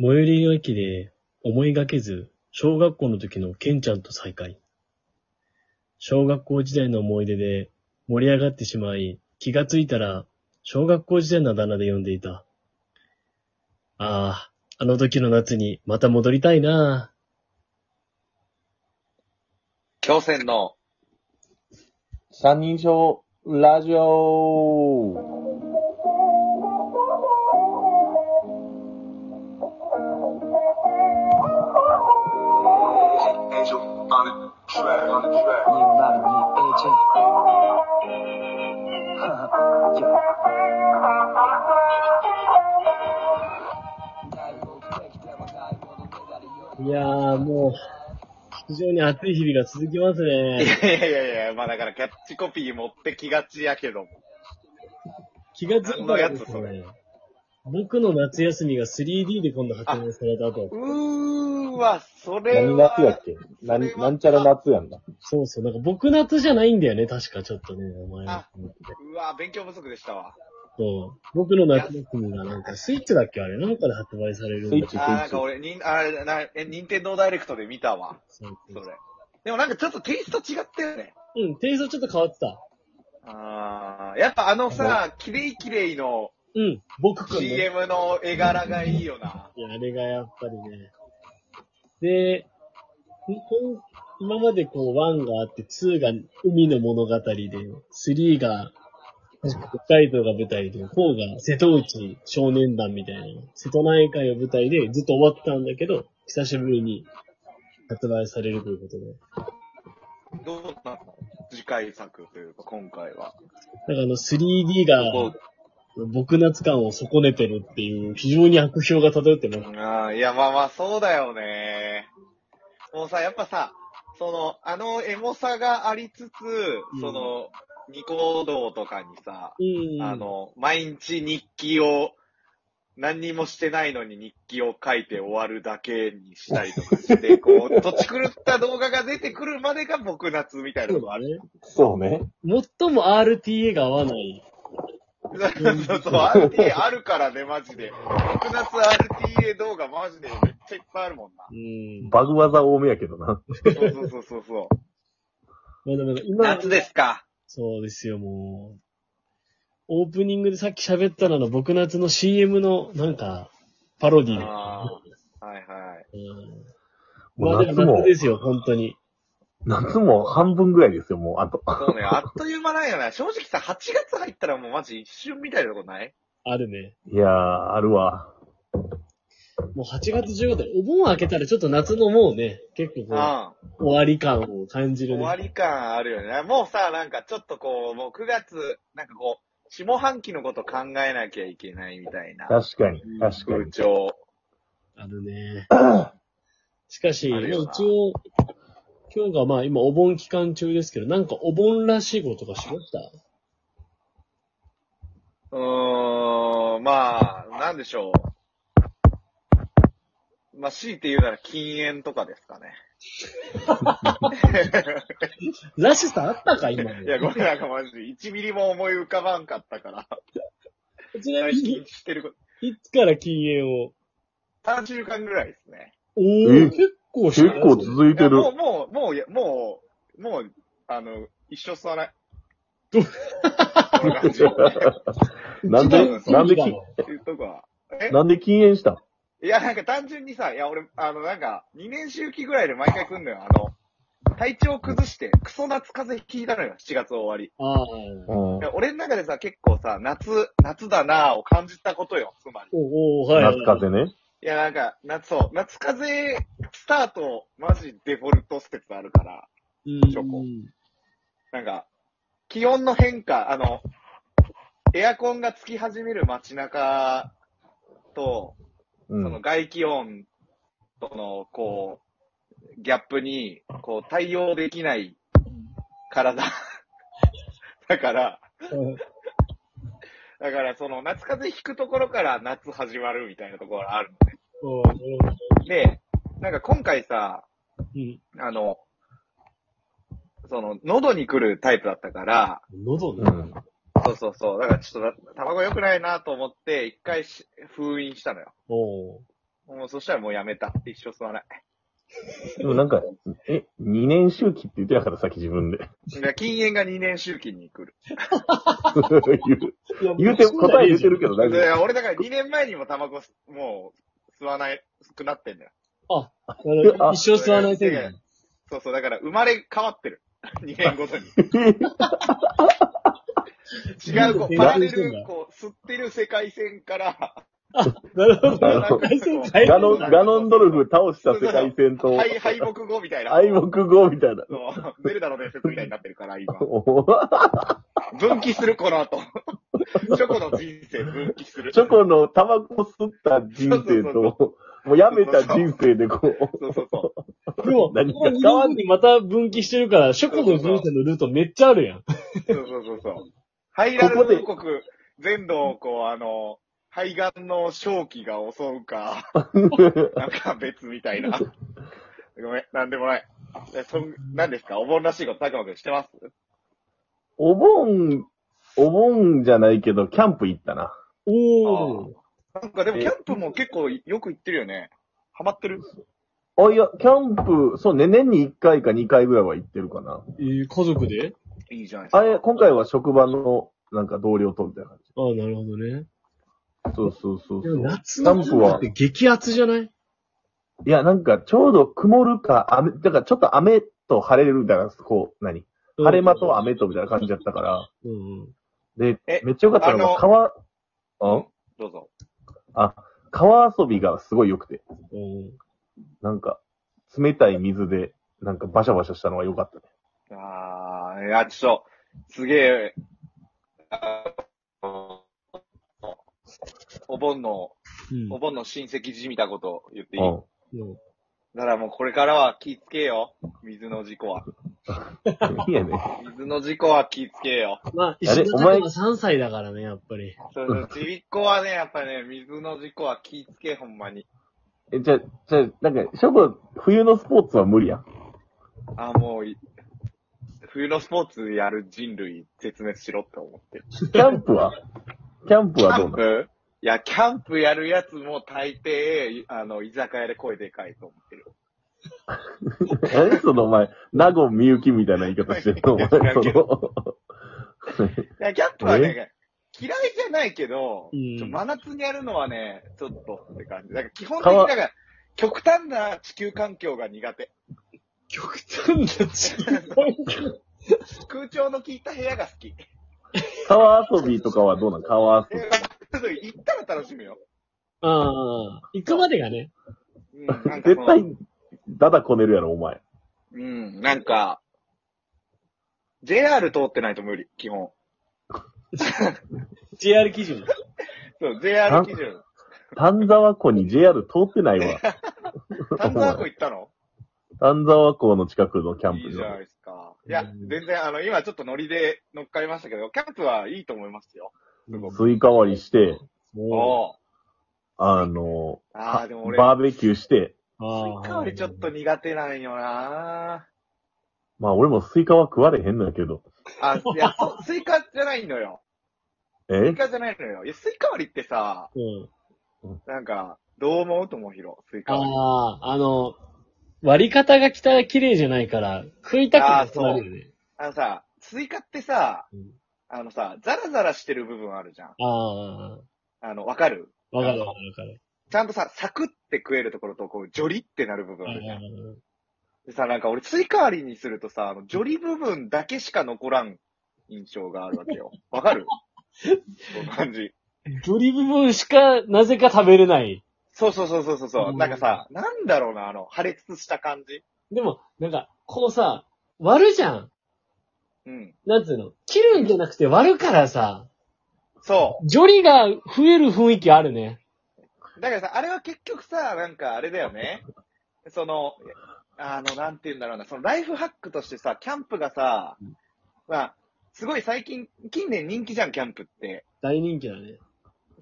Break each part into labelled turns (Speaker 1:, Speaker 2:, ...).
Speaker 1: 最寄りの駅で、思いがけず、小学校の時のケンちゃんと再会。小学校時代の思い出で盛り上がってしまい、気がついたら、小学校時代のあだ名で呼んでいた。ああ、あの時の夏にまた戻りたいなあ。
Speaker 2: 強戦の、
Speaker 3: 三人称ラジオ
Speaker 1: いやー、もう、非常に暑い日々が続きます
Speaker 2: いや
Speaker 1: ね。
Speaker 2: いやいやいや、まあだからキャッチコピー持ってきがちやけども。
Speaker 1: 気がついたらです
Speaker 2: あの
Speaker 1: ね、僕の夏休みが 3D で今度発明された後。
Speaker 2: うーわ、それ
Speaker 3: 何
Speaker 2: は。
Speaker 3: 夏やっけ何、なんちゃら夏やんな。
Speaker 1: そうそう、なんか僕夏じゃないんだよね、確かちょっとね、お前の
Speaker 2: あ。うわ、勉強不足でしたわ。
Speaker 1: そう。僕の夏休みがなんか、スイッチだっけあれなんかで発売されるんだ
Speaker 3: スイッ
Speaker 2: あ
Speaker 3: チ
Speaker 2: ー、なんか俺、にんあーなえ、任天堂ダイレクトで見たわ。
Speaker 1: そう
Speaker 2: そ
Speaker 1: そ
Speaker 2: れ
Speaker 1: う。
Speaker 2: でもなんかちょっとテイスト違ったよね。
Speaker 1: うん、テイストちょっと変わってた。
Speaker 2: あーやっぱあのさ、キレイキレイの
Speaker 1: うん、僕くんね。
Speaker 2: CM の絵柄がいいよな。
Speaker 1: いや、あれがやっぱりね。で、ほんほん今までこう1があって2が海の物語で、3が確か北海道が舞台で、4が瀬戸内少年団みたいな、瀬戸内海を舞台でずっと終わってたんだけど、久しぶりに発売されるということで。
Speaker 2: どうなの次回作というか、今回は。
Speaker 1: だからあの 3D が僕夏感を損ねてるっていう非常に悪評が漂ってます。
Speaker 2: ああ、いや、まあまあ、そうだよね。もうさ、やっぱさ、その、あのエモさがありつつ、
Speaker 1: ん
Speaker 2: その、ニコ動とかにさ、
Speaker 1: うん。
Speaker 2: あ、の、毎日日記を、何にもしてないのに日記を書いて終わるだけにしたりとか して、こう、土地狂った動画が出てくるまでが僕夏みたいな
Speaker 1: そう
Speaker 2: のが
Speaker 1: だ
Speaker 2: ある。
Speaker 1: ね。
Speaker 3: そうね。
Speaker 1: 最も RTA が合わない
Speaker 2: そう そうそう、RTA あるからね、マジで。僕夏 RTA 動画マジでめっちゃいっぱいあるもんな。
Speaker 1: うん。
Speaker 3: バグ技多めやけどな。
Speaker 2: そうそうそうそうそう。
Speaker 1: まあでも今、
Speaker 2: 夏ですか。
Speaker 1: そうですよ、もう。オープニングでさっき喋ったのの、僕夏の CM の、なんか、パロディーで
Speaker 2: ああ、はいはい。
Speaker 1: うん。ま
Speaker 3: も
Speaker 1: あ
Speaker 3: う
Speaker 1: で
Speaker 3: 夏
Speaker 1: も夏
Speaker 3: も
Speaker 1: で、すよ、本当に。
Speaker 3: 夏も半分ぐらいですよ、もう、あと。
Speaker 2: そうね、あっという間なんやな。正直さ、8月入ったらもうマジ一瞬みたいなとこない
Speaker 1: あるね。
Speaker 3: いやー、あるわ。
Speaker 1: もう8月15日、お盆明けたらちょっと夏のもうね、結構こ
Speaker 2: ああ、
Speaker 1: う、終わり感を感じる
Speaker 2: 終
Speaker 1: ね。
Speaker 2: わり感あるよね。もうさ、なんかちょっとこう、もう9月、なんかこう、下半期のこと考えなきゃいけないみたいな。
Speaker 3: 確かに、確か
Speaker 2: 風
Speaker 3: に。
Speaker 2: 潮。
Speaker 1: あるね。しかし、
Speaker 2: あるよな
Speaker 1: 一応、今日がまあ今お盆期間中ですけど、なんかお盆らしいこととかしました
Speaker 2: うーん、まあ、なんでしょう。まあ、強いて言うなら禁煙とかですか ね。
Speaker 1: らしさあったか今の
Speaker 2: いや、ごめんなんかマジで1ミリも思い浮かばんかったから。
Speaker 1: ちな
Speaker 2: 禁
Speaker 1: みに
Speaker 2: 止、してること。
Speaker 1: いつから禁煙を
Speaker 2: 3週間ぐらいですね。
Speaker 1: お
Speaker 3: え
Speaker 1: お結構し
Speaker 3: 結
Speaker 1: たね
Speaker 3: 構続いて
Speaker 2: いや
Speaker 3: る
Speaker 2: も。う、もう、もういや、もう、もう、あの、一生吸わない。
Speaker 1: ど
Speaker 2: こんな感じ。言
Speaker 3: なんで、
Speaker 1: 一番
Speaker 3: なんで
Speaker 1: いい
Speaker 3: き
Speaker 1: だ、ろ
Speaker 2: うとこは。え
Speaker 3: なんで禁煙したん
Speaker 2: いや、なんか単純にさ、いや、俺、あの、なんか、2年周期ぐらいで毎回来んのよ。あの、体調崩して、クソ夏風邪ひいたのよ、7月終わり。
Speaker 1: ああ。
Speaker 3: うん
Speaker 2: いや俺の中でさ、結構さ、夏、夏だなぁを感じたことよ、つまり。
Speaker 1: おおはい。
Speaker 3: 夏風邪ね。
Speaker 2: いや、なんか、夏、そう、夏風邪スタート、マジデフォルト説あるから。
Speaker 1: うん。
Speaker 2: チョコなんか、気温の変化、あの、エアコンがつき始める街中と、
Speaker 3: う
Speaker 2: その
Speaker 3: ん。
Speaker 2: 外気温との、こう、ギャップに、こう、対応できない体。 だから、だから、その、夏風邪ひくところから夏始まるみたいなところがある
Speaker 1: おーなるほど
Speaker 2: ので、なんか今回さ、
Speaker 1: うん。
Speaker 2: あの、その、喉に来るタイプだったから、
Speaker 1: 喉
Speaker 3: う
Speaker 1: ね。
Speaker 3: ん。
Speaker 2: そうそうそう。だからちょっとな、卵良くないなと思って、一回し封印したのよ。
Speaker 1: おお
Speaker 2: もうそしたらもうやめた。一生吸わない。
Speaker 3: でもなんか、え、2年周期って言ってやからさっき自分で。
Speaker 2: だから禁煙が2年周期に来る。
Speaker 3: 言う言うて、答え言うてるけど大
Speaker 2: い
Speaker 3: 丈夫。
Speaker 2: や俺だから2年前にもタバコ吸もう吸わない、少なってんだよ。
Speaker 1: あ、あの一生吸わない宣
Speaker 2: いやい
Speaker 1: 言。
Speaker 2: そうそう、だから生まれ変わってる。2年ごとに。違う、こう、パラレル、こう、吸ってる世界線から、
Speaker 1: なるほど。
Speaker 3: あの
Speaker 1: 回線変え
Speaker 3: ガ
Speaker 1: る
Speaker 3: ノン、ガノンドルフ倒した世界線と、
Speaker 2: 敗敗北後みたいな。
Speaker 3: 敗北号みたいな。
Speaker 2: そう、ゼルダの伝説みたいになってるから、今。
Speaker 3: おー
Speaker 2: 分岐する、この後。 チョコの人生分岐する。
Speaker 3: チョコのタバコ吸った人生
Speaker 2: そうそう
Speaker 3: と、もうやめた人生でこう、
Speaker 2: そうそうそう。
Speaker 1: でも、こ
Speaker 3: 何
Speaker 1: の2年後にまた分岐してるから、ショコの分岐のルートめっちゃあるやん。
Speaker 2: そうそうそう そう。ハイラル王国全土をこう、あの、肺がんの正気が襲うか、 なんか別みたいな。ごめん、なんでもない。えそんなんですかお盆らしいこと、たくまくんしてます
Speaker 3: お盆、お盆じゃないけど、キャンプ行ったな。
Speaker 1: おー。
Speaker 2: なんかでもキャンプも結構よく行ってるよね。ハマってる
Speaker 3: あ、いや、キャンプ、そうね、年に1回か2回ぐらいは行ってるかな。
Speaker 1: えー、家族で
Speaker 2: いいじゃないですか。
Speaker 3: あれ、今回は職場の、なんか同僚とみたいな感じ。
Speaker 1: ああ、なるほどね。
Speaker 3: そうそうそう
Speaker 1: で
Speaker 3: そう。
Speaker 1: も夏のキャンプって激アツじゃない
Speaker 3: いや、なんか、ちょうど曇るか、雨、だからちょっと雨と晴れるみたいな、こう、何晴れ間と。雨とみたいな感じだったから。
Speaker 1: うんうん。
Speaker 3: で
Speaker 2: え、
Speaker 3: めっちゃよかったの
Speaker 2: あ
Speaker 3: が、
Speaker 2: の
Speaker 3: 川、ん
Speaker 2: どうぞ。
Speaker 3: 川遊びがすごい良くて。
Speaker 1: おー
Speaker 3: なんか、冷たい水で、なんかバシャバシャしたのが良かったね。
Speaker 2: あー、いや、ちょっと、すげえ、あのお盆の、
Speaker 1: うん
Speaker 2: お盆の親戚じみたこと言っていい、
Speaker 3: うん。
Speaker 1: うん。
Speaker 2: だからもうこれからは気ぃつけよ。水の事故は。
Speaker 3: いいやね。
Speaker 2: 水の事故は気ぃつけよ。
Speaker 1: まあ、
Speaker 3: あ
Speaker 1: 石
Speaker 3: れ
Speaker 1: 田
Speaker 3: お
Speaker 1: さ
Speaker 3: 前
Speaker 1: んは3歳だからね、やっぱり。
Speaker 2: そうそう、ちびっこはね、やっぱね、水の事故は気ぃつけ、ほんまに。
Speaker 3: え、じゃあ、じゃあ、なんか、ショコ、冬のスポーツは無理やん。
Speaker 2: あ、もうい、冬のスポーツやる人類絶滅しろって思ってる。
Speaker 3: キャンプはキャンプ
Speaker 2: キ
Speaker 3: はど
Speaker 2: ャ
Speaker 3: う
Speaker 2: ン
Speaker 3: な
Speaker 2: プいや、キャンプやるやつも大抵、あの、居酒屋で声でかいと思ってる。
Speaker 3: の何そのお前、名護みゆきみたいな言い方してるのお前、その、
Speaker 2: いや、キャンプはね、嫌いじゃないけど、
Speaker 1: うん
Speaker 2: ちょ真夏にやるのはね、ちょっとって感じ。だから基本的に、だから、極端な地球環境が苦手。
Speaker 1: 極端な地域。
Speaker 2: 空調の効いた部屋が好き。
Speaker 3: 川遊びとかはどうなの川遊び。
Speaker 2: で行ったら楽しむよ。
Speaker 1: ああ、行くまでがね。
Speaker 2: うん、なんかその
Speaker 3: 絶対、ダダこねるやろ、お前。
Speaker 2: うん、なんか、JR 通ってないと無理、基本。
Speaker 1: JR 基準。
Speaker 2: そう、JR 基準。
Speaker 3: 丹沢湖に JR 通ってないわ。
Speaker 2: 丹沢湖行ったの
Speaker 3: 丹沢湖の近くのキャン
Speaker 2: い
Speaker 3: プ
Speaker 2: いじ
Speaker 3: 場
Speaker 2: ゃないですか。いや、
Speaker 1: うん
Speaker 2: 全然、あの、今ちょっとノリで乗っかりましたけど、キャンプはいいと思いますよ。すごく。
Speaker 3: スイカ割りして、
Speaker 1: おー
Speaker 2: おう
Speaker 3: あの、
Speaker 2: ああ、でも俺、
Speaker 3: バーベキューして、
Speaker 1: あ
Speaker 2: スイカ割りちょっと苦手なんよな
Speaker 3: まあ俺もスイカは食われへんのやけど。
Speaker 2: あ、 いや、そスイカじゃないのよ。ス
Speaker 3: え
Speaker 2: イカじゃないのよ。いや、スイカ割りってさ、
Speaker 1: うん。
Speaker 2: なんか、どう思うともひろ、スイカ割り。
Speaker 1: ああ、あの、割り方がきた綺麗じゃないから、食いたくなくなるよね。
Speaker 2: あのさ、スイカってさ
Speaker 1: うん、
Speaker 2: あのさ、ザラザラしてる部分あるじゃん。
Speaker 1: あ
Speaker 2: あの、わかる
Speaker 1: あ、わかるわかるわかる。
Speaker 2: ちゃんとさ、サクって食えるところと、こう、ジョリってなる部分あるじゃん。でさ、なんか俺、スイカ割りにするとさ、あの、ジョリ部分だけしか残らん印象があるわけよ。わ かるこの感じ。
Speaker 1: ドリブ分しか、なぜか食べれない。
Speaker 2: そうそうそうそうそう。
Speaker 1: う
Speaker 2: うんなんかさ、なんだろうな、あの、破裂した感じ。
Speaker 1: でも、なんか、こうさ、割るじゃん。
Speaker 2: うん。
Speaker 1: なんつうの切るんじゃなくて割るからさ、
Speaker 2: そ
Speaker 1: ジョリが増える雰囲気あるね。
Speaker 2: う。だからさ、あれは結局さ、なんかあれだよね。その、あの、なんて言うんだろうな、そのライフハックとしてさ、キャンプがさ、まあ、すごい最近、近年人気じゃん、キャンプって。
Speaker 1: 大人気だね。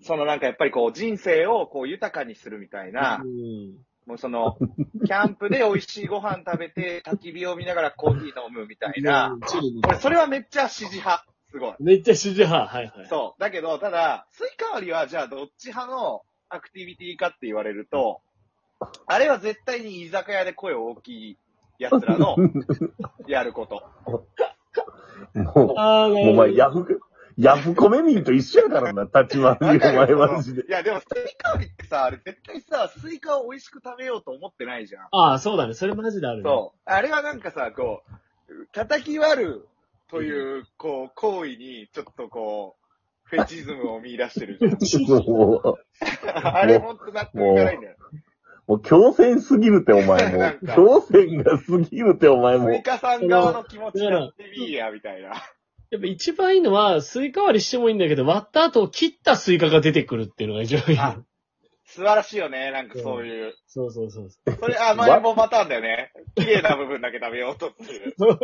Speaker 2: そのなんかやっぱりこう、人生をこう、豊かにするみたいな
Speaker 1: う、ん。
Speaker 2: もうその、キャンプで美味しいご飯食べて、焚き火を見ながらコーヒー飲むみたいな。
Speaker 1: チルに
Speaker 2: 俺、それはめっちゃ支持派。すごい。
Speaker 1: めっちゃ支持派。はいはい。
Speaker 2: そう。だけど、ただ、スイカ割りは、じゃあ、どっち派のアクティビティかって言われると、あれは絶対に居酒屋で声大きい奴ら のやること。
Speaker 3: も
Speaker 1: あー、な
Speaker 3: う、もうお
Speaker 1: るほど。
Speaker 3: 前、ヤフ、ヤフコメ民と一緒やからな、立ち回り、お前 マジで。
Speaker 2: いや、でもスイカ割りってさ、あれ絶対さ、スイカを美味しく食べようと思ってないじゃん。
Speaker 1: ああ、そうだね。それマジであるね。
Speaker 2: そう。あれはなんかさ、こう、叩き割るという、こう、行為に、ちょっとこう、フェチズムを見出して るじ
Speaker 3: も
Speaker 2: ゃん。あれほんと納得いかないんだよ。
Speaker 3: う、もう強戦すぎるって、お前も
Speaker 2: なん
Speaker 3: う。
Speaker 2: か
Speaker 3: 強戦がすぎるって、お前も
Speaker 2: ス
Speaker 3: う
Speaker 2: イ。カさん側の気持ちやってみーや、みたいな。
Speaker 1: やっぱ一番いいのは、スイカ割りしてもいいんだけど、割った後、切ったスイカが出てくるっていうのが一番いい。
Speaker 2: あ素晴らしいよね、なんかそういう。
Speaker 1: そうそうそうそ
Speaker 2: それ、あ、マイボパターンだよ ね。綺麗な部分だけ食べようとって いう。
Speaker 1: う。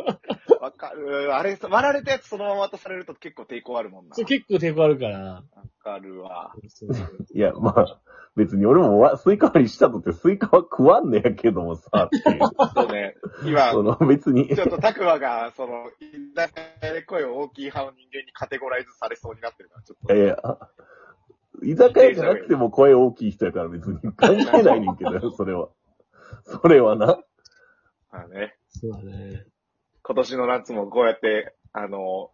Speaker 2: わかる。あれ、割られたやつそのまま渡されると結構抵抗あるもんな。
Speaker 1: そう結構抵抗あるから。
Speaker 2: わかるわ。
Speaker 1: そうそう
Speaker 3: いや、まあ、別に俺もわスイカ割りしたとって、スイカは食わんねやけどもさ、って いう。
Speaker 2: そうね。今、
Speaker 3: その、別に
Speaker 2: ち。ょっとタクマが、その、居酒屋で声を大きい派の人間にカテゴライズされそうになってるから、ちょっ
Speaker 3: いやいや、居酒屋じゃなくても声大きい人やから別に関係ないねんけど、それは。それはな。
Speaker 2: と。まあね、
Speaker 1: そうだね。
Speaker 2: 今年の夏もこうやって、あの、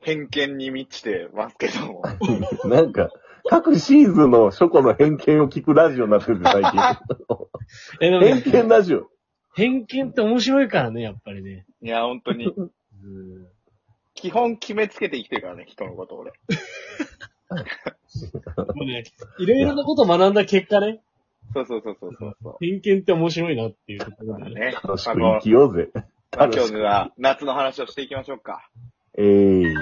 Speaker 2: 偏見に満ちてますけども。
Speaker 3: なんか、各シーズンの初コの偏見を聞くラジオになってるんで、最
Speaker 1: え、でも
Speaker 3: 近。
Speaker 1: ね、
Speaker 3: 偏見ラジオ。
Speaker 1: 偏見って面白いからね、やっぱりね。
Speaker 2: いや、本当に。
Speaker 1: うん。
Speaker 2: 基本決めつけて生きてるからね、人のこと俺。
Speaker 1: もうね、いろいろなことを学んだ結果ね、
Speaker 2: そうそうそうそうそうそう。
Speaker 1: 偏見って面白いなっていうところ
Speaker 2: まあ
Speaker 1: だね。
Speaker 2: ね、
Speaker 3: 楽し
Speaker 2: あ
Speaker 3: く
Speaker 2: の
Speaker 3: 生きようぜ。
Speaker 2: まあ今日は夏の話をしていきましょうか。
Speaker 3: えー。